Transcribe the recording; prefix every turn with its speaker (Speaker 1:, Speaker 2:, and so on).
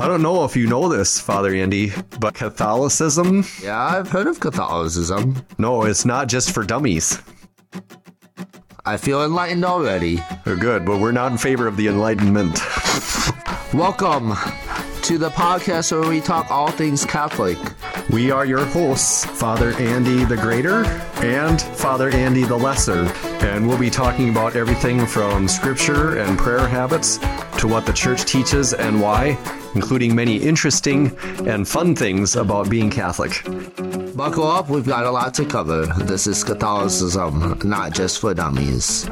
Speaker 1: I don't know if you know this, Father Andy, but Catholicism,
Speaker 2: Yeah, I've heard of Catholicism.
Speaker 1: no, it's not just for dummies.
Speaker 2: I feel enlightened already.
Speaker 1: They're good, but we're not in favor of the Enlightenment.
Speaker 2: Welcome to the podcast where we talk all things Catholic.
Speaker 1: We are your hosts, Father Andy the Greater and Father Andy the Lesser, and we'll be talking about everything from scripture and prayer habits to what the church teaches and why, including many interesting and fun things about being Catholic.
Speaker 2: Buckle up, we've got a lot to cover. This is Catholicism, not just for dummies.